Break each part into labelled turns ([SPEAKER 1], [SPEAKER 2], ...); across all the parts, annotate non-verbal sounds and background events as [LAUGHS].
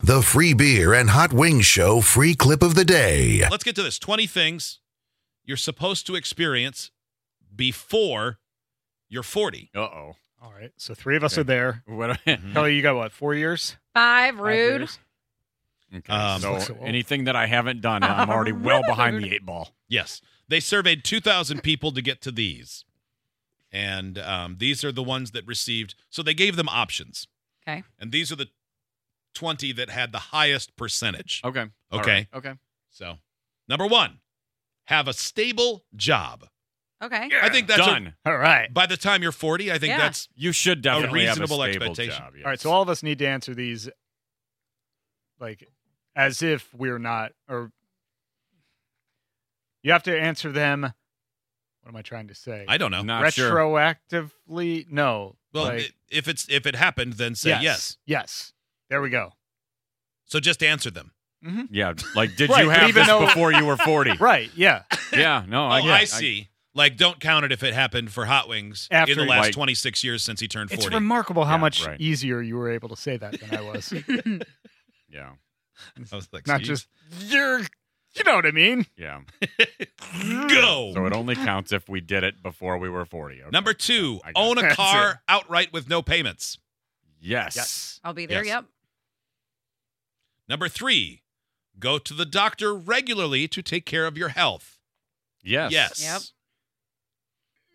[SPEAKER 1] The Free Beer and Hot Wings Show free clip of the day.
[SPEAKER 2] Let's get to this 20 things you're supposed to experience before you're 40.
[SPEAKER 3] Uh oh.
[SPEAKER 4] All right. So three of us
[SPEAKER 3] Okay.
[SPEAKER 4] are there.
[SPEAKER 3] [LAUGHS] What?
[SPEAKER 4] [LAUGHS] Kelly, you got what? Four years?
[SPEAKER 5] Five,
[SPEAKER 4] Five
[SPEAKER 5] rude.
[SPEAKER 4] years?
[SPEAKER 3] Okay,
[SPEAKER 2] Um,
[SPEAKER 3] so
[SPEAKER 4] So-
[SPEAKER 3] anything that I haven't done, I'm already well behind the eight ball.
[SPEAKER 2] Yes. They surveyed 2,000 people to get to these. And um, these are the ones that received, so they gave them options.
[SPEAKER 5] Okay.
[SPEAKER 2] And these are the 20 that had the highest percentage.
[SPEAKER 3] Okay. Oh, All
[SPEAKER 2] Okay.
[SPEAKER 3] right. Okay.
[SPEAKER 2] So, number one, have a stable job.
[SPEAKER 5] Okay.
[SPEAKER 2] I think that's a-
[SPEAKER 3] done.
[SPEAKER 4] All right.
[SPEAKER 2] by the time you're 40, I think
[SPEAKER 5] Yeah.
[SPEAKER 2] that's
[SPEAKER 3] you should definitely
[SPEAKER 2] reasonable
[SPEAKER 3] have a stable
[SPEAKER 2] expectation.
[SPEAKER 3] Job,
[SPEAKER 4] All right.
[SPEAKER 3] yes.
[SPEAKER 4] So all of us need to answer these like as if we're not or you have to answer them. What am I trying to say?
[SPEAKER 2] I don't know.
[SPEAKER 3] Not sure.
[SPEAKER 4] Retroactively? No.
[SPEAKER 2] well,
[SPEAKER 4] like,
[SPEAKER 2] i- if it's if it happened, then say yes.
[SPEAKER 4] Yes. There we go.
[SPEAKER 2] So just answer them.
[SPEAKER 3] Yeah, like did
[SPEAKER 4] Right,
[SPEAKER 3] you
[SPEAKER 4] but
[SPEAKER 3] have
[SPEAKER 4] even
[SPEAKER 3] this
[SPEAKER 4] though-
[SPEAKER 3] before you were forty?
[SPEAKER 4] Right. Yeah. [LAUGHS]
[SPEAKER 3] Yeah, no,
[SPEAKER 2] Oh,
[SPEAKER 3] I, get it.
[SPEAKER 2] I see. like, don't count it if it happened for Hot Wings
[SPEAKER 4] After
[SPEAKER 2] in the
[SPEAKER 4] you-
[SPEAKER 2] last
[SPEAKER 3] Like-
[SPEAKER 2] 26 years since he turned 40.
[SPEAKER 4] It's remarkable how
[SPEAKER 3] Yeah,
[SPEAKER 4] much
[SPEAKER 3] right.
[SPEAKER 4] easier you were able to say that than I
[SPEAKER 5] [LAUGHS]
[SPEAKER 4] was.
[SPEAKER 3] yeah,
[SPEAKER 2] [LAUGHS] I was like,
[SPEAKER 4] Not
[SPEAKER 2] see?
[SPEAKER 4] just you're you know what I mean?
[SPEAKER 3] yeah.
[SPEAKER 2] [LAUGHS] go.
[SPEAKER 3] So it only counts if we did it before we were forty. Okay.
[SPEAKER 2] Number two,
[SPEAKER 3] I got
[SPEAKER 2] own a
[SPEAKER 4] That's
[SPEAKER 2] car outright with no payments.
[SPEAKER 3] Yes.
[SPEAKER 4] Yes.
[SPEAKER 5] I'll be there.
[SPEAKER 2] Yes.
[SPEAKER 5] Yep.
[SPEAKER 2] Number three, go to the doctor regularly to take care of your health.
[SPEAKER 3] Yes.
[SPEAKER 2] Yes.
[SPEAKER 5] Yep.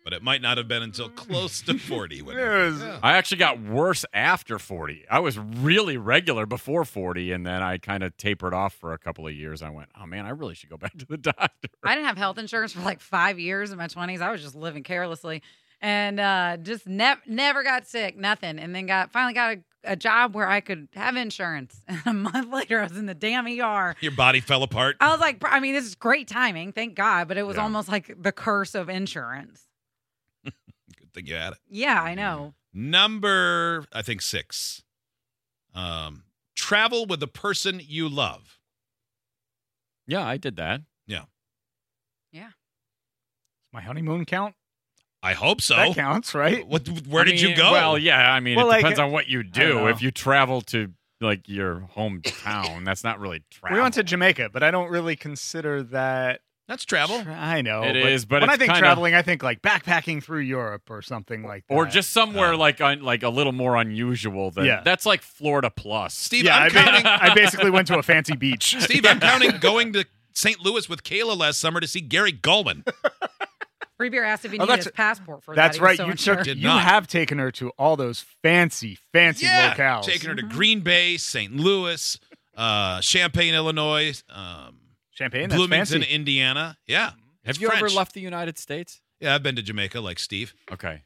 [SPEAKER 2] But it might not have been until close to 40. when-
[SPEAKER 4] Yes.
[SPEAKER 3] I actually got worse after 40. I was really regular before 40, and then I kind of tapered off for a couple of years. I went, oh man, I really should go [LAUGHS] back to the doctor.
[SPEAKER 5] I didn't have health insurance for like five years in my 20s. I was just living carelessly and uh, just ne- never got sick, nothing. And then got finally got a, a job where I could have insurance. [LAUGHS] And a month later, I was in the damn ER.
[SPEAKER 2] Your body fell apart.
[SPEAKER 5] I was like, I mean, this is great timing, thank God, but it was
[SPEAKER 3] Yeah.
[SPEAKER 5] almost like the curse of insurance.
[SPEAKER 2] Good thing you had it.
[SPEAKER 5] Yeah, I know.
[SPEAKER 4] Mm-hmm.
[SPEAKER 2] Number, I think six. Um, travel with the person you love.
[SPEAKER 3] Yeah, I did that.
[SPEAKER 4] My honeymoon count?
[SPEAKER 2] I hope so.
[SPEAKER 4] That counts, right?
[SPEAKER 2] What? Where
[SPEAKER 3] I
[SPEAKER 2] did you
[SPEAKER 3] mean,
[SPEAKER 2] go?
[SPEAKER 3] Well, yeah, I mean,
[SPEAKER 4] Well,
[SPEAKER 3] it
[SPEAKER 4] like,
[SPEAKER 3] depends on what you do.
[SPEAKER 4] know.
[SPEAKER 3] If you travel to like your hometown, that's not really travel.
[SPEAKER 4] We went to Jamaica, but I don't really consider that
[SPEAKER 2] That's travel.
[SPEAKER 4] Tra- I know
[SPEAKER 3] It
[SPEAKER 4] it is.
[SPEAKER 3] is, but
[SPEAKER 4] when I
[SPEAKER 3] it's
[SPEAKER 4] think
[SPEAKER 3] kinda-
[SPEAKER 4] traveling, I think like backpacking through Europe or something like that.
[SPEAKER 3] or just somewhere
[SPEAKER 2] Oh.
[SPEAKER 3] like un, like a little more unusual than
[SPEAKER 4] Yeah.
[SPEAKER 3] that's like Florida plus.
[SPEAKER 2] Steve,
[SPEAKER 4] [LAUGHS] yeah. I,
[SPEAKER 2] I'm
[SPEAKER 4] ba-
[SPEAKER 2] counting.
[SPEAKER 4] I basically went to a fancy beach.
[SPEAKER 2] Steve,
[SPEAKER 3] [LAUGHS]
[SPEAKER 2] I'm counting going to St. Louis with Kayla last summer to see Gary Gulman.
[SPEAKER 5] Free beer asked if he
[SPEAKER 4] Oh,
[SPEAKER 5] needed
[SPEAKER 4] that's-
[SPEAKER 5] his passport for that.
[SPEAKER 4] That's
[SPEAKER 5] He was
[SPEAKER 4] right.
[SPEAKER 5] so
[SPEAKER 4] you
[SPEAKER 5] unsure.
[SPEAKER 4] took.
[SPEAKER 2] Did
[SPEAKER 4] you
[SPEAKER 2] not.
[SPEAKER 4] have taken her to all those fancy, fancy
[SPEAKER 2] yeah,
[SPEAKER 4] locales.
[SPEAKER 2] taking her to Green Bay, St. Louis, uh, Champaign, Illinois, um,
[SPEAKER 4] Champagne. That's
[SPEAKER 2] Bloomington,
[SPEAKER 4] fancy.
[SPEAKER 2] Indiana. Yeah,
[SPEAKER 3] Have
[SPEAKER 2] It's
[SPEAKER 3] you ever
[SPEAKER 2] French.
[SPEAKER 3] left the United States?
[SPEAKER 2] yeah. I've been to Jamaica, like Steve,
[SPEAKER 3] Okay.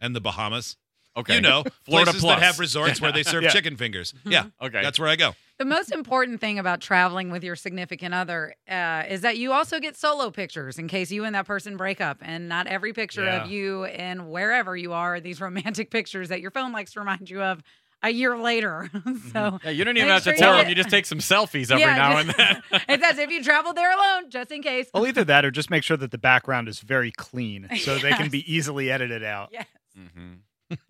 [SPEAKER 2] and the Bahamas.
[SPEAKER 3] Okay.
[SPEAKER 2] You know,
[SPEAKER 3] [LAUGHS] Florida
[SPEAKER 2] places
[SPEAKER 3] plus.
[SPEAKER 2] that have resorts
[SPEAKER 3] [LAUGHS]
[SPEAKER 2] where they serve
[SPEAKER 4] Yeah.
[SPEAKER 2] chicken fingers. Yeah,
[SPEAKER 3] Okay.
[SPEAKER 2] that's where I go.
[SPEAKER 5] The most important thing about traveling with your significant other uh, is that you also get solo pictures in case you and that person break up. And not every picture
[SPEAKER 4] Yeah.
[SPEAKER 5] of you and wherever you are are these romantic [LAUGHS] pictures that your phone likes to remind you of a year later. [LAUGHS] so.
[SPEAKER 3] [LAUGHS]
[SPEAKER 4] Mm-hmm.
[SPEAKER 3] yeah, you don't even
[SPEAKER 5] Make
[SPEAKER 3] have to
[SPEAKER 5] sure
[SPEAKER 3] tell
[SPEAKER 5] you-
[SPEAKER 3] them. You just take some selfies every
[SPEAKER 5] yeah,
[SPEAKER 3] now and
[SPEAKER 5] just- [LAUGHS]
[SPEAKER 3] then.
[SPEAKER 5] it says if you traveled there alone, just in case.
[SPEAKER 4] Well, either that or just make sure that the background is very clean so they
[SPEAKER 5] [LAUGHS]
[SPEAKER 4] can
[SPEAKER 5] Yes.
[SPEAKER 4] be easily edited out.
[SPEAKER 5] Yes.
[SPEAKER 3] mm-hmm.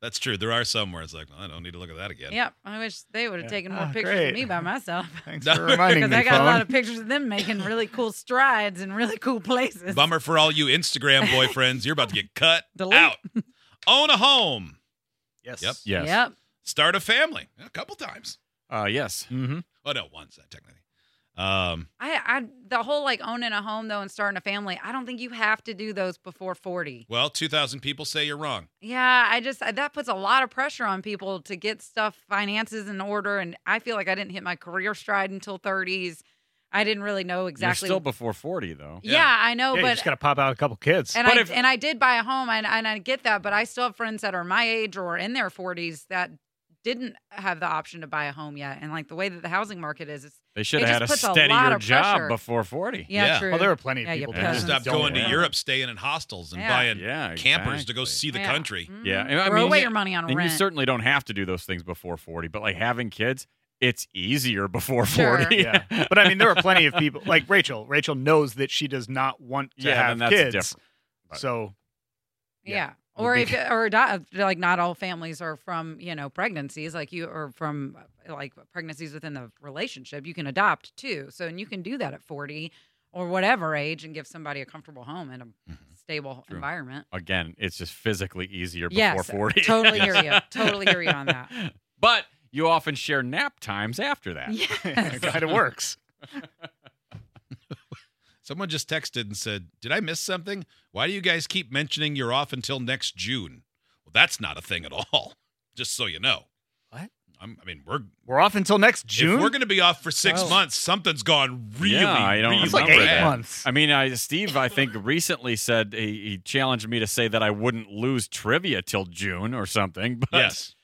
[SPEAKER 2] That's true. There are some where it's like, well, I don't need to look at that again.
[SPEAKER 5] Yep. I wish they would have
[SPEAKER 4] Yeah.
[SPEAKER 5] taken more
[SPEAKER 4] Ah,
[SPEAKER 5] pictures
[SPEAKER 4] great.
[SPEAKER 5] of me by myself
[SPEAKER 4] Thanks
[SPEAKER 2] No.
[SPEAKER 4] for
[SPEAKER 5] because
[SPEAKER 4] reminding me,
[SPEAKER 5] I got
[SPEAKER 4] phone.
[SPEAKER 5] a lot of pictures of them making really cool strides in really
[SPEAKER 4] [LAUGHS]
[SPEAKER 5] cool
[SPEAKER 2] [LAUGHS]
[SPEAKER 5] places.
[SPEAKER 2] Bummer for all you Instagram boyfriends. You're about to get cut
[SPEAKER 5] Delete.
[SPEAKER 2] out. Own a home.
[SPEAKER 4] yes.
[SPEAKER 2] Yep.
[SPEAKER 3] Yes.
[SPEAKER 5] Yep.
[SPEAKER 2] Start a family. A couple times.
[SPEAKER 3] Uh, yes.
[SPEAKER 4] Mm-hmm.
[SPEAKER 2] Oh no, once uh, technically. Um,
[SPEAKER 5] I, I the whole like owning a home though and starting a family. I don't think you have to do those before forty.
[SPEAKER 2] well, two thousand people say you're wrong.
[SPEAKER 5] Yeah, I just that puts a lot of pressure on people to get stuff finances in order. And I feel like I didn't hit my career stride until thirties. I didn't really know exactly.
[SPEAKER 3] You're still before 40, though.
[SPEAKER 5] yeah. I know,
[SPEAKER 4] yeah, you
[SPEAKER 5] Oh, but
[SPEAKER 4] just got to pop out a couple kids.
[SPEAKER 5] and
[SPEAKER 3] But
[SPEAKER 5] I
[SPEAKER 3] if-
[SPEAKER 5] and I did buy a home, and, and I get that, but I still have friends that are my age or in their forties that didn't have the option to buy a home yet. And like the way that the housing market is, it's
[SPEAKER 3] They should
[SPEAKER 5] It
[SPEAKER 3] have had a
[SPEAKER 5] just puts a lot
[SPEAKER 3] steadier
[SPEAKER 5] of
[SPEAKER 3] job
[SPEAKER 5] pressure.
[SPEAKER 3] before 40.
[SPEAKER 5] yeah,
[SPEAKER 2] Yeah.
[SPEAKER 5] true.
[SPEAKER 4] Well, Oh, there are plenty of
[SPEAKER 5] Yeah, you
[SPEAKER 4] people.
[SPEAKER 5] Yeah.
[SPEAKER 4] that
[SPEAKER 5] peasants
[SPEAKER 2] Stop
[SPEAKER 4] just don't
[SPEAKER 2] going to
[SPEAKER 4] know.
[SPEAKER 2] Europe, staying in hostels and
[SPEAKER 5] Yeah.
[SPEAKER 2] buying
[SPEAKER 3] Yeah,
[SPEAKER 2] campers to go
[SPEAKER 3] exactly.
[SPEAKER 2] see the
[SPEAKER 5] Yeah.
[SPEAKER 2] country.
[SPEAKER 5] Mhm.
[SPEAKER 3] Yeah, and I
[SPEAKER 5] Throw
[SPEAKER 3] mean,
[SPEAKER 5] away
[SPEAKER 3] yeah,
[SPEAKER 5] your money on
[SPEAKER 3] And
[SPEAKER 5] rent.
[SPEAKER 3] you certainly don't have to do those things before 40, but like having kids, it's easier before
[SPEAKER 5] [LAUGHS] Sure.
[SPEAKER 3] 40. [LAUGHS]
[SPEAKER 4] yeah. But I mean, there are plenty of people like Rachel. Rachel knows that she does not want to
[SPEAKER 3] Yeah, then
[SPEAKER 4] have
[SPEAKER 3] that's
[SPEAKER 4] kids.
[SPEAKER 3] different. But-
[SPEAKER 5] [LAUGHS]
[SPEAKER 4] So
[SPEAKER 5] yeah.
[SPEAKER 4] Yeah.
[SPEAKER 5] Or
[SPEAKER 3] Would
[SPEAKER 5] if
[SPEAKER 3] be-
[SPEAKER 5] or di- like not all families are from you know pregnancies like you or from uh, like pregnancies within the relationship you can adopt too so and you can do that at forty or whatever age and give somebody a comfortable home and a stable
[SPEAKER 3] Mm-hmm. True.
[SPEAKER 5] environment.
[SPEAKER 3] Again, it's just physically easier before
[SPEAKER 5] Yes,
[SPEAKER 3] 40. [LAUGHS]
[SPEAKER 5] totally hear you. Totally hear you on that.
[SPEAKER 3] But you often share nap times after that. [LAUGHS]
[SPEAKER 4] it
[SPEAKER 5] Yes.
[SPEAKER 4] kind of works.
[SPEAKER 2] Someone just texted and said, Did I miss something? Why do you guys keep mentioning you're off until next June? Well, that's not a thing at all, [LAUGHS] just so you know.
[SPEAKER 4] What?
[SPEAKER 2] I'm, I mean, we're
[SPEAKER 4] We're off until next
[SPEAKER 2] If
[SPEAKER 4] June.
[SPEAKER 2] we're going to be off for six
[SPEAKER 4] Oh.
[SPEAKER 2] months, something's gone [LAUGHS] really,
[SPEAKER 3] Yeah, I don't
[SPEAKER 2] really
[SPEAKER 4] it's like
[SPEAKER 3] remember
[SPEAKER 4] eight
[SPEAKER 3] that.
[SPEAKER 2] bad.
[SPEAKER 4] months.
[SPEAKER 3] I mean, I, Steve, I think recently said he, he challenged me to say that I wouldn't lose trivia till June or something. [LAUGHS] But
[SPEAKER 2] Yes,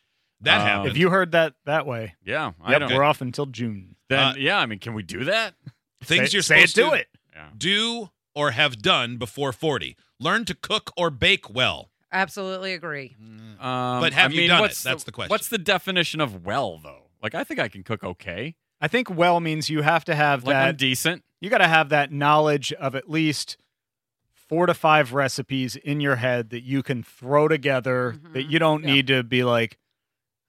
[SPEAKER 2] that
[SPEAKER 3] Um,
[SPEAKER 2] happened.
[SPEAKER 4] if you heard that that way,
[SPEAKER 3] yeah, I
[SPEAKER 4] yep,
[SPEAKER 3] don't.
[SPEAKER 4] we're off until June.
[SPEAKER 3] Then
[SPEAKER 2] Uh, Mm.
[SPEAKER 3] yeah, I mean, can we do that?
[SPEAKER 2] Things
[SPEAKER 4] say,
[SPEAKER 2] you're
[SPEAKER 4] say it,
[SPEAKER 2] supposed
[SPEAKER 4] do
[SPEAKER 2] to
[SPEAKER 4] it.
[SPEAKER 3] Yeah.
[SPEAKER 2] do or have done before 40. Learn to cook or bake well.
[SPEAKER 5] Absolutely agree.
[SPEAKER 3] Um,
[SPEAKER 2] But have
[SPEAKER 3] I
[SPEAKER 2] you
[SPEAKER 3] mean,
[SPEAKER 2] done it?
[SPEAKER 3] what's
[SPEAKER 2] That's the question.
[SPEAKER 3] What's the definition of well, though? Like, I think I can cook okay.
[SPEAKER 4] I think well means you have to have
[SPEAKER 3] Like, I'm
[SPEAKER 4] that.
[SPEAKER 3] decent.
[SPEAKER 4] you got to have that knowledge of at least four to five recipes in your head that you can throw together. That
[SPEAKER 5] Mhm.
[SPEAKER 4] you don't
[SPEAKER 3] Yeah.
[SPEAKER 4] need to be like,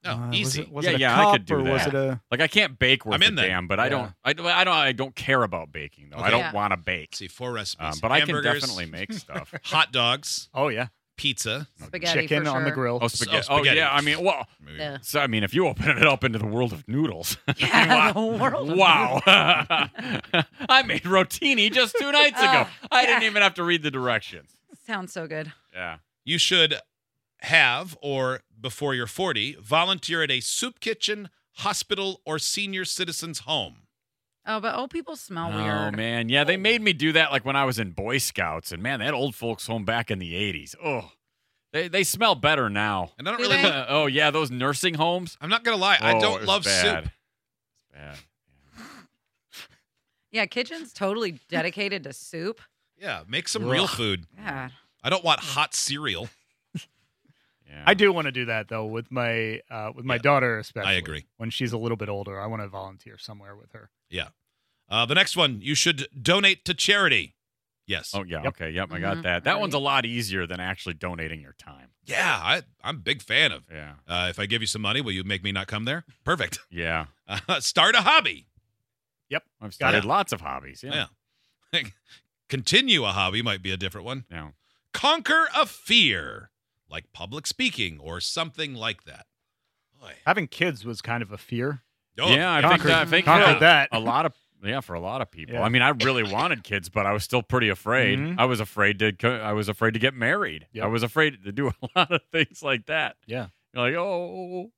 [SPEAKER 2] No,
[SPEAKER 4] uh,
[SPEAKER 2] Oh, easy.
[SPEAKER 4] Was it, was
[SPEAKER 3] Yeah,
[SPEAKER 4] it a
[SPEAKER 3] yeah, I could
[SPEAKER 4] cup
[SPEAKER 3] do
[SPEAKER 4] or Was
[SPEAKER 3] that.
[SPEAKER 4] it a
[SPEAKER 3] Like, I can't bake worth
[SPEAKER 2] I'm in
[SPEAKER 3] a
[SPEAKER 2] there.
[SPEAKER 3] damn, but I don't. I, don't- I don't. I don't care about baking though. I
[SPEAKER 2] Okay.
[SPEAKER 3] don't
[SPEAKER 5] Yeah.
[SPEAKER 3] want to bake.
[SPEAKER 2] See, four recipes.
[SPEAKER 3] Um, but I can
[SPEAKER 2] Hamburgers,
[SPEAKER 3] definitely
[SPEAKER 2] [LAUGHS]
[SPEAKER 3] make stuff.
[SPEAKER 2] Hot dogs,
[SPEAKER 4] Oh yeah,
[SPEAKER 2] pizza.
[SPEAKER 5] Spaghetti
[SPEAKER 4] chicken
[SPEAKER 5] for
[SPEAKER 4] on the
[SPEAKER 5] sure.
[SPEAKER 4] grill.
[SPEAKER 3] Oh, spaghetti.
[SPEAKER 2] Oh,
[SPEAKER 3] Oh,
[SPEAKER 2] spaghetti.
[SPEAKER 3] yeah. I mean, well, [LAUGHS]
[SPEAKER 5] Yeah.
[SPEAKER 3] so I mean, if you open it up into the world of noodles, [LAUGHS]
[SPEAKER 5] Yeah, the world of
[SPEAKER 3] wow. [LAUGHS] I made rotini just two nights ago.
[SPEAKER 4] Oh,
[SPEAKER 5] Ah,
[SPEAKER 3] I didn't
[SPEAKER 5] yeah.
[SPEAKER 3] even have to read the directions.
[SPEAKER 5] [LAUGHS] Sounds so good.
[SPEAKER 3] Yeah.
[SPEAKER 2] You should have or before you're 40, volunteer at a soup kitchen, hospital, or senior citizens home.
[SPEAKER 5] Oh, but old people smell
[SPEAKER 3] oh
[SPEAKER 5] weird.
[SPEAKER 3] man, yeah, they made me do that like when I was in Boy Scouts, and man, that old folks home back in the '80s. Oh, they they smell better now.
[SPEAKER 2] And I don't
[SPEAKER 5] Do
[SPEAKER 2] really,
[SPEAKER 5] they?
[SPEAKER 3] [LAUGHS] oh yeah, those nursing homes.
[SPEAKER 2] [LAUGHS] I'm not going to lie, I
[SPEAKER 3] Oh, it
[SPEAKER 2] don't
[SPEAKER 3] was
[SPEAKER 2] love
[SPEAKER 3] bad.
[SPEAKER 2] soup.
[SPEAKER 3] It's bad.
[SPEAKER 5] Yeah, kitchen's totally dedicated to soup.
[SPEAKER 2] Yeah, make some real food.
[SPEAKER 5] God.
[SPEAKER 2] I don't want hot cereal.
[SPEAKER 3] Yeah.
[SPEAKER 4] I do want to do that though with my uh, with my
[SPEAKER 2] Yeah.
[SPEAKER 4] daughter especially.
[SPEAKER 2] I agree.
[SPEAKER 4] When she's a little bit older, I want to volunteer somewhere with her.
[SPEAKER 2] Uh, the next one, you should donate to charity. Yes.
[SPEAKER 3] Oh yeah.
[SPEAKER 4] Yep.
[SPEAKER 3] Okay. Yep.
[SPEAKER 2] Mm-hmm.
[SPEAKER 3] I
[SPEAKER 5] Mhm.
[SPEAKER 3] got that. That one's a
[SPEAKER 5] Right.
[SPEAKER 3] lot easier than actually donating your time.
[SPEAKER 2] Yeah, I, I'm a big fan of.
[SPEAKER 3] Yeah.
[SPEAKER 2] Uh, if I give you some money, will you make me not come there? Perfect. [LAUGHS]
[SPEAKER 3] Yeah.
[SPEAKER 2] Uh, start a hobby.
[SPEAKER 3] I've
[SPEAKER 4] Got
[SPEAKER 3] started
[SPEAKER 4] it.
[SPEAKER 3] lots of hobbies. Yeah.
[SPEAKER 2] Yeah. Continue a hobby might be a different one.
[SPEAKER 3] Yeah.
[SPEAKER 2] Conquer a fear, like public speaking or something like that. Boy.
[SPEAKER 4] Having kids was kind of a fear.
[SPEAKER 2] Oh,
[SPEAKER 3] yeah. I
[SPEAKER 4] Conquered-
[SPEAKER 3] think that. I think
[SPEAKER 4] conquered
[SPEAKER 3] yeah,
[SPEAKER 4] that.
[SPEAKER 3] A lot of. Yeah, for a lot of people.
[SPEAKER 4] Yeah.
[SPEAKER 3] I mean, I really wanted kids, but I was still pretty afraid.
[SPEAKER 4] Mhm.
[SPEAKER 3] I was afraid to. co- I was afraid to get married.
[SPEAKER 4] Yep.
[SPEAKER 3] I was afraid to do [LAUGHS] a lot of things like that.
[SPEAKER 4] Yeah.
[SPEAKER 3] You're like, oh,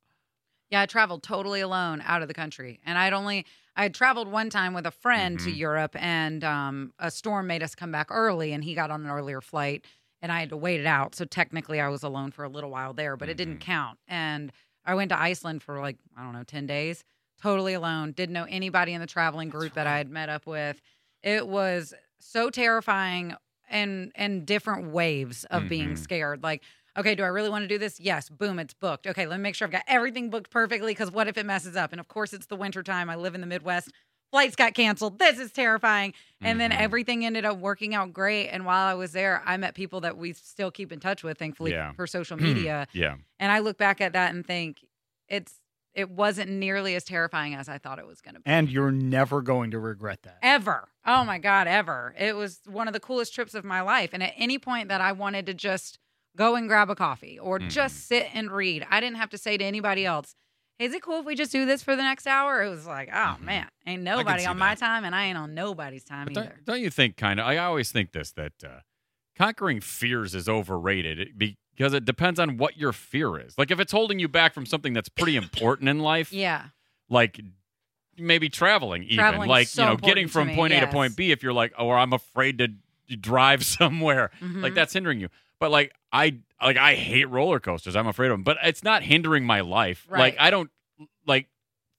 [SPEAKER 5] Yeah, I traveled totally alone out of the country, and I'd only I had traveled one time with a friend to
[SPEAKER 3] Mhm.
[SPEAKER 5] Europe, and um, a storm made us come back early, and he got on an earlier flight, and I had to wait it out. So technically, I was alone for a little while there, but it didn't
[SPEAKER 3] Mhm.
[SPEAKER 5] count. And I went to Iceland for like I don't know ten days, totally alone. Didn't know anybody in the traveling group that I had met up with. It was so terrifying, and and different waves of being
[SPEAKER 3] Mhm.
[SPEAKER 5] scared, like. Okay, do I really want to do this? Yes. Boom, it's booked. Okay, let me make sure I've got everything booked perfectly because what if it messes up? And of course, it's the wintertime. I live in the Midwest. Flights got canceled. This is terrifying. And then
[SPEAKER 3] Mhm.
[SPEAKER 5] everything ended up working out great. And while I was there, I met people that we still keep in touch with, thankfully,
[SPEAKER 3] Yeah.
[SPEAKER 5] for social media.
[SPEAKER 3] yeah.
[SPEAKER 5] and I look back at that and think it's it wasn't nearly as terrifying as I thought it was going to be.
[SPEAKER 4] And you're never going to regret that.
[SPEAKER 5] Ever. Oh my God, ever. It was one of the coolest trips of my life. And at any point that I wanted to just go and grab a coffee or
[SPEAKER 2] Mm-hmm.
[SPEAKER 3] Mhm.
[SPEAKER 5] just sit and read, I didn't have to say to anybody else, "Hey, Is it cool if we just do this for the next hour? It was like, oh
[SPEAKER 3] Mhm.
[SPEAKER 5] man, ain't
[SPEAKER 2] Mm-hmm. can
[SPEAKER 5] nobody
[SPEAKER 2] see
[SPEAKER 5] on my
[SPEAKER 2] that.
[SPEAKER 5] time and I ain't on nobody's time
[SPEAKER 3] But
[SPEAKER 5] either.
[SPEAKER 3] don't, don't you think kind of? I always think this that uh, conquering fears is overrated it- because it depends on what your fear is. Like if it's holding you back from something that's pretty important in life,
[SPEAKER 5] Yeah.
[SPEAKER 3] like maybe traveling, even
[SPEAKER 5] Traveling's
[SPEAKER 3] like
[SPEAKER 5] so
[SPEAKER 3] you know
[SPEAKER 5] important
[SPEAKER 3] getting
[SPEAKER 5] to
[SPEAKER 3] from
[SPEAKER 5] me,
[SPEAKER 3] point A to
[SPEAKER 5] yes.
[SPEAKER 3] point B. If you're like, oh, I'm afraid to d- drive [LAUGHS] somewhere,
[SPEAKER 5] Mhm.
[SPEAKER 3] like that's hindering you. But like I like I hate roller coasters. I'm afraid of them. But it's not hindering my life. Like
[SPEAKER 5] Right.
[SPEAKER 3] I don't like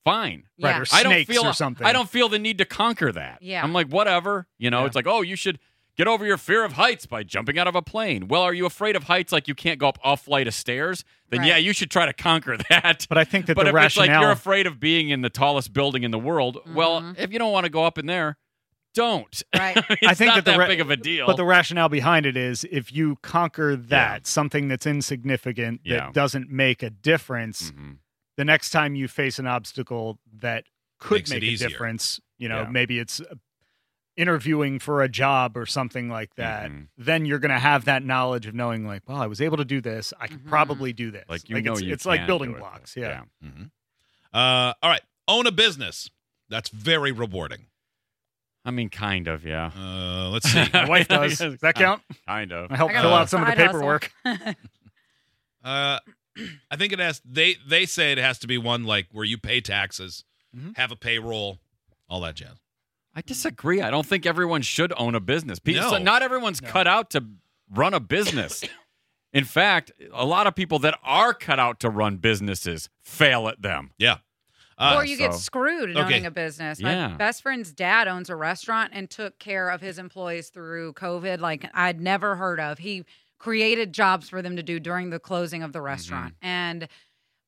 [SPEAKER 3] fine.
[SPEAKER 4] Right,
[SPEAKER 5] Yeah.
[SPEAKER 4] or
[SPEAKER 3] I
[SPEAKER 4] snakes
[SPEAKER 3] don't feel
[SPEAKER 4] or something.
[SPEAKER 3] I don't feel the need to conquer that.
[SPEAKER 5] Yeah.
[SPEAKER 3] I'm like whatever. You know,
[SPEAKER 4] Yeah.
[SPEAKER 3] it's like oh you should get over your fear of heights by jumping out of a plane. Well, are you afraid of heights? Like you can't go up a flight of stairs? Then
[SPEAKER 5] Right.
[SPEAKER 3] yeah, you should try to conquer [LAUGHS] that.
[SPEAKER 4] But I think that
[SPEAKER 3] but
[SPEAKER 4] the
[SPEAKER 3] if
[SPEAKER 4] rationale.
[SPEAKER 3] it's like you're afraid of being in the tallest building in the world, well,
[SPEAKER 5] Mhm.
[SPEAKER 3] if you don't want to go up in there, don't. [LAUGHS]
[SPEAKER 2] [LAUGHS]
[SPEAKER 5] Right.
[SPEAKER 3] it's
[SPEAKER 4] I think
[SPEAKER 3] not
[SPEAKER 4] that the
[SPEAKER 3] that
[SPEAKER 4] re-
[SPEAKER 3] big of a deal.
[SPEAKER 4] But the rationale behind it is if you conquer that, something that's insignificant,
[SPEAKER 3] Yeah.
[SPEAKER 4] that doesn't make a difference,
[SPEAKER 3] Mhm.
[SPEAKER 4] the next time you face an obstacle that could
[SPEAKER 2] Makes it
[SPEAKER 4] make a
[SPEAKER 2] easier.
[SPEAKER 4] difference, you know,
[SPEAKER 3] Yeah.
[SPEAKER 4] maybe it's uh, interviewing for a job or something like that,
[SPEAKER 3] Mhm.
[SPEAKER 4] then you're going to have that knowledge of knowing, like, well, I was able to do this. I can
[SPEAKER 5] Mhm.
[SPEAKER 4] probably do this.
[SPEAKER 3] like you know,
[SPEAKER 4] it's,
[SPEAKER 3] you
[SPEAKER 4] it's like
[SPEAKER 3] can
[SPEAKER 4] building
[SPEAKER 3] do it.
[SPEAKER 4] blocks. Yeah.
[SPEAKER 2] Mm-hmm. Uh, all right. Own a business. That's very rewarding.
[SPEAKER 3] I mean, kind of,
[SPEAKER 4] [LAUGHS]
[SPEAKER 3] yeah,
[SPEAKER 2] Uh, let's
[SPEAKER 3] [LAUGHS]
[SPEAKER 2] see.
[SPEAKER 4] My wife does. Does that count?
[SPEAKER 3] kind of.
[SPEAKER 4] I helped
[SPEAKER 5] I
[SPEAKER 4] fill
[SPEAKER 5] got
[SPEAKER 2] a
[SPEAKER 4] out some of the
[SPEAKER 5] side hustle.
[SPEAKER 4] paperwork.
[SPEAKER 2] Uh, [CLEARS THROAT] I think it has. They they say it has to be one like where you pay taxes,
[SPEAKER 3] Mm-hmm.
[SPEAKER 4] Mhm.
[SPEAKER 2] have a payroll, all that jazz.
[SPEAKER 3] I disagree. I don't think everyone should own a business. People,
[SPEAKER 2] No.
[SPEAKER 3] not everyone's
[SPEAKER 4] No.
[SPEAKER 3] cut out to run a [COUGHS] business. In fact, a lot of people that are cut out to run businesses fail at them.
[SPEAKER 2] Yeah.
[SPEAKER 5] or
[SPEAKER 2] Uh,
[SPEAKER 5] you get
[SPEAKER 3] so-
[SPEAKER 5] screwed in
[SPEAKER 2] Okay.
[SPEAKER 5] owning a business.
[SPEAKER 3] Yeah.
[SPEAKER 5] My best friend's dad owns a restaurant and took care of his employees through COVID, like I'd never heard of. He created jobs for them to do during the closing of the
[SPEAKER 3] Mm-hmm.
[SPEAKER 5] restaurant. And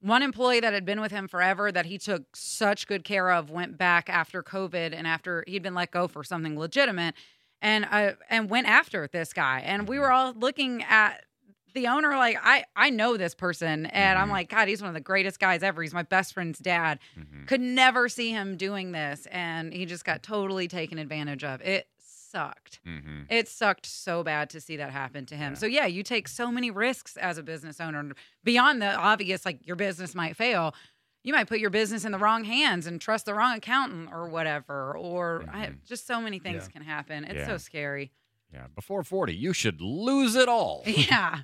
[SPEAKER 5] one employee that had been with him forever that he took such good care of went back after COVID and after he'd been let go for something legitimate and uh, and went after this guy. And
[SPEAKER 3] Mm-hmm.
[SPEAKER 5] we were all looking at the owner like I I know this person and I'm
[SPEAKER 3] Mhm.
[SPEAKER 5] like god he's one of the greatest guys ever. He's my best friend's dad
[SPEAKER 3] Mhm.
[SPEAKER 5] could never see him doing this and he just got totally taken advantage of it sucked
[SPEAKER 3] Mhm.
[SPEAKER 5] it sucked so bad to see that happen to him
[SPEAKER 3] Yeah.
[SPEAKER 5] so yeah you take so many risks as a business owner beyond the obvious like your business might fail you might put your business in the wrong hands and trust the wrong accountant or whatever or I,
[SPEAKER 3] Mhm.
[SPEAKER 5] just so many things
[SPEAKER 4] Yeah.
[SPEAKER 5] can happen it's
[SPEAKER 3] Yeah.
[SPEAKER 5] so scary [LAUGHS]
[SPEAKER 3] Yeah, before forty, you should lose it all.
[SPEAKER 5] yeah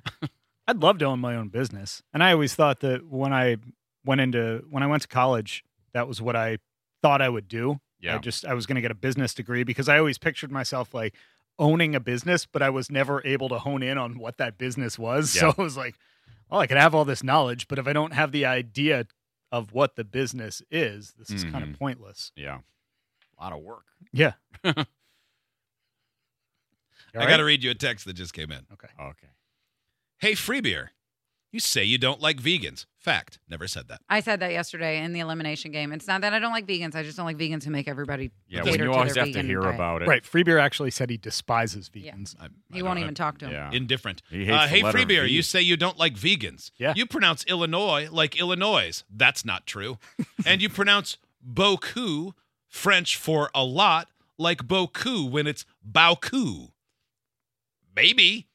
[SPEAKER 4] I'd love to own my own business. And I always thought that when I went into when I went to college, that was what I thought I would do. I
[SPEAKER 3] Yeah.
[SPEAKER 4] just I was going to get a business degree because I always pictured myself like owning a business, but I was never able to hone in on what that business was. [LAUGHS]
[SPEAKER 3] Yeah.
[SPEAKER 4] So I was like, well, I could have all this knowledge, but if I don't have the idea of what the business is, this is kind
[SPEAKER 3] Mhm.
[SPEAKER 4] of pointless.
[SPEAKER 3] Yeah, a lot of work.
[SPEAKER 4] Yeah.
[SPEAKER 2] I got to read you a text that just came in.
[SPEAKER 3] Okay.
[SPEAKER 2] Hey, free beer. You say you don't like vegans. Fact. Never said that.
[SPEAKER 5] i said that yesterday in the elimination game it's not that i don't like vegans i just don't like vegans who make everybody
[SPEAKER 3] Yeah,
[SPEAKER 2] Cater
[SPEAKER 3] when
[SPEAKER 5] to
[SPEAKER 3] you
[SPEAKER 5] their
[SPEAKER 3] always have to
[SPEAKER 5] vegan
[SPEAKER 3] hear
[SPEAKER 5] diet.
[SPEAKER 3] about it.
[SPEAKER 4] right. Freebeer actually said he despises
[SPEAKER 5] Yeah.
[SPEAKER 4] vegans.
[SPEAKER 2] I, I
[SPEAKER 5] he
[SPEAKER 2] don't
[SPEAKER 5] won't
[SPEAKER 2] know.
[SPEAKER 5] even talk to him
[SPEAKER 3] uh, Yeah.
[SPEAKER 2] Indifferent.
[SPEAKER 3] He hates
[SPEAKER 2] Uh,
[SPEAKER 3] the
[SPEAKER 2] hey,
[SPEAKER 3] letter
[SPEAKER 2] free beer.
[SPEAKER 3] V.
[SPEAKER 2] You say you don't like vegans.
[SPEAKER 4] Yeah.
[SPEAKER 2] You pronounce Illinois like Illinois. That's not
[SPEAKER 3] [LAUGHS]
[SPEAKER 2] true. and you pronounce beaucoup French for a lot like beaucoup when it's Baku. Maybe.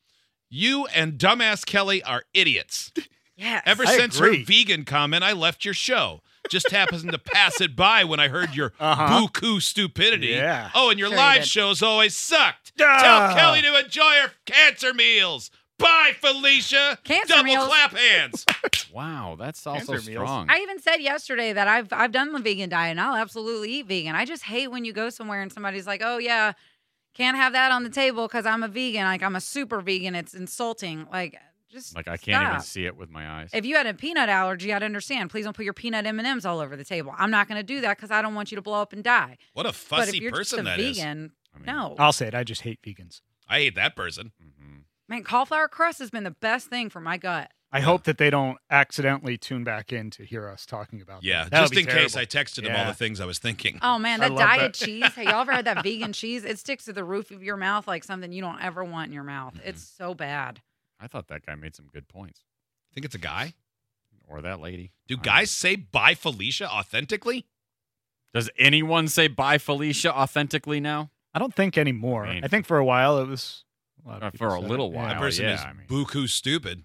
[SPEAKER 2] You and dumbass Kelly are idiots.
[SPEAKER 5] yes
[SPEAKER 2] Ever
[SPEAKER 4] I
[SPEAKER 2] since
[SPEAKER 4] agree.
[SPEAKER 2] her vegan comment, I left your show. Just happened to pass it by when I heard your
[SPEAKER 4] Uh-huh.
[SPEAKER 2] beaucoup stupidity.
[SPEAKER 4] Yeah.
[SPEAKER 2] Oh, and your
[SPEAKER 5] Sure you
[SPEAKER 2] live
[SPEAKER 5] did.
[SPEAKER 2] shows always sucked.
[SPEAKER 4] Ah.
[SPEAKER 2] Tell Kelly to enjoy her cancer meals. Bye, Felicia.
[SPEAKER 5] Cancer
[SPEAKER 2] Double
[SPEAKER 5] meals.
[SPEAKER 2] clap
[SPEAKER 5] [LAUGHS]
[SPEAKER 2] hands.
[SPEAKER 3] Wow, that's also
[SPEAKER 4] Cancer meals.
[SPEAKER 3] strong.
[SPEAKER 5] I even said yesterday that I've I've done the vegan diet and I'll absolutely eat vegan. I just hate when you go somewhere and somebody's like, "Oh yeah, can't have that on the table because I'm a vegan. Like I'm a super vegan. It's insulting. Like just
[SPEAKER 3] like I can't even
[SPEAKER 5] stop.
[SPEAKER 3] see it with my eyes.
[SPEAKER 5] If you had a peanut allergy, I'd understand. Please don't put your peanut M and M's all over the table. I'm not going to do that because I don't want you to blow up and die.
[SPEAKER 2] What a
[SPEAKER 5] but if
[SPEAKER 2] fussy
[SPEAKER 5] you're
[SPEAKER 2] person
[SPEAKER 5] just
[SPEAKER 2] that
[SPEAKER 5] a
[SPEAKER 2] is.
[SPEAKER 5] vegan,
[SPEAKER 3] I mean, oh.
[SPEAKER 5] no.
[SPEAKER 4] I'll say it. I just hate vegans.
[SPEAKER 2] I hate that person.
[SPEAKER 3] mhm.
[SPEAKER 5] Man, cauliflower crust has been the best thing for my gut.
[SPEAKER 4] I hope that they don't accidentally tune back in to hear us talking about.
[SPEAKER 2] Yeah,
[SPEAKER 4] them. That would
[SPEAKER 2] just
[SPEAKER 4] be
[SPEAKER 2] in case I
[SPEAKER 4] terrible.
[SPEAKER 2] texted him all
[SPEAKER 4] Yeah.
[SPEAKER 2] the things I was thinking.
[SPEAKER 5] Oh man,
[SPEAKER 4] I
[SPEAKER 5] that
[SPEAKER 4] love
[SPEAKER 5] diet
[SPEAKER 4] that.
[SPEAKER 5] cheese. Have y'all ever had
[SPEAKER 4] [LAUGHS]
[SPEAKER 5] that vegan cheese? It sticks to the roof of your mouth like something you don't ever want in your mouth. It's so bad.
[SPEAKER 3] I thought that guy made some good points,
[SPEAKER 2] Think it's a guy?
[SPEAKER 3] or that lady.
[SPEAKER 2] Do
[SPEAKER 3] I don't
[SPEAKER 2] guys say bye, Felicia authentically?
[SPEAKER 3] know. Does anyone say "Bye, Felicia" authentically now?
[SPEAKER 4] I don't think anymore.
[SPEAKER 3] I mean-
[SPEAKER 4] I think for a while it was. a lot of
[SPEAKER 3] Uh,
[SPEAKER 4] people
[SPEAKER 3] for a
[SPEAKER 4] said
[SPEAKER 3] little
[SPEAKER 4] it.
[SPEAKER 3] while.
[SPEAKER 2] that
[SPEAKER 3] Oh,
[SPEAKER 2] person
[SPEAKER 3] yeah,
[SPEAKER 2] is
[SPEAKER 3] I mean-
[SPEAKER 2] buku stupid.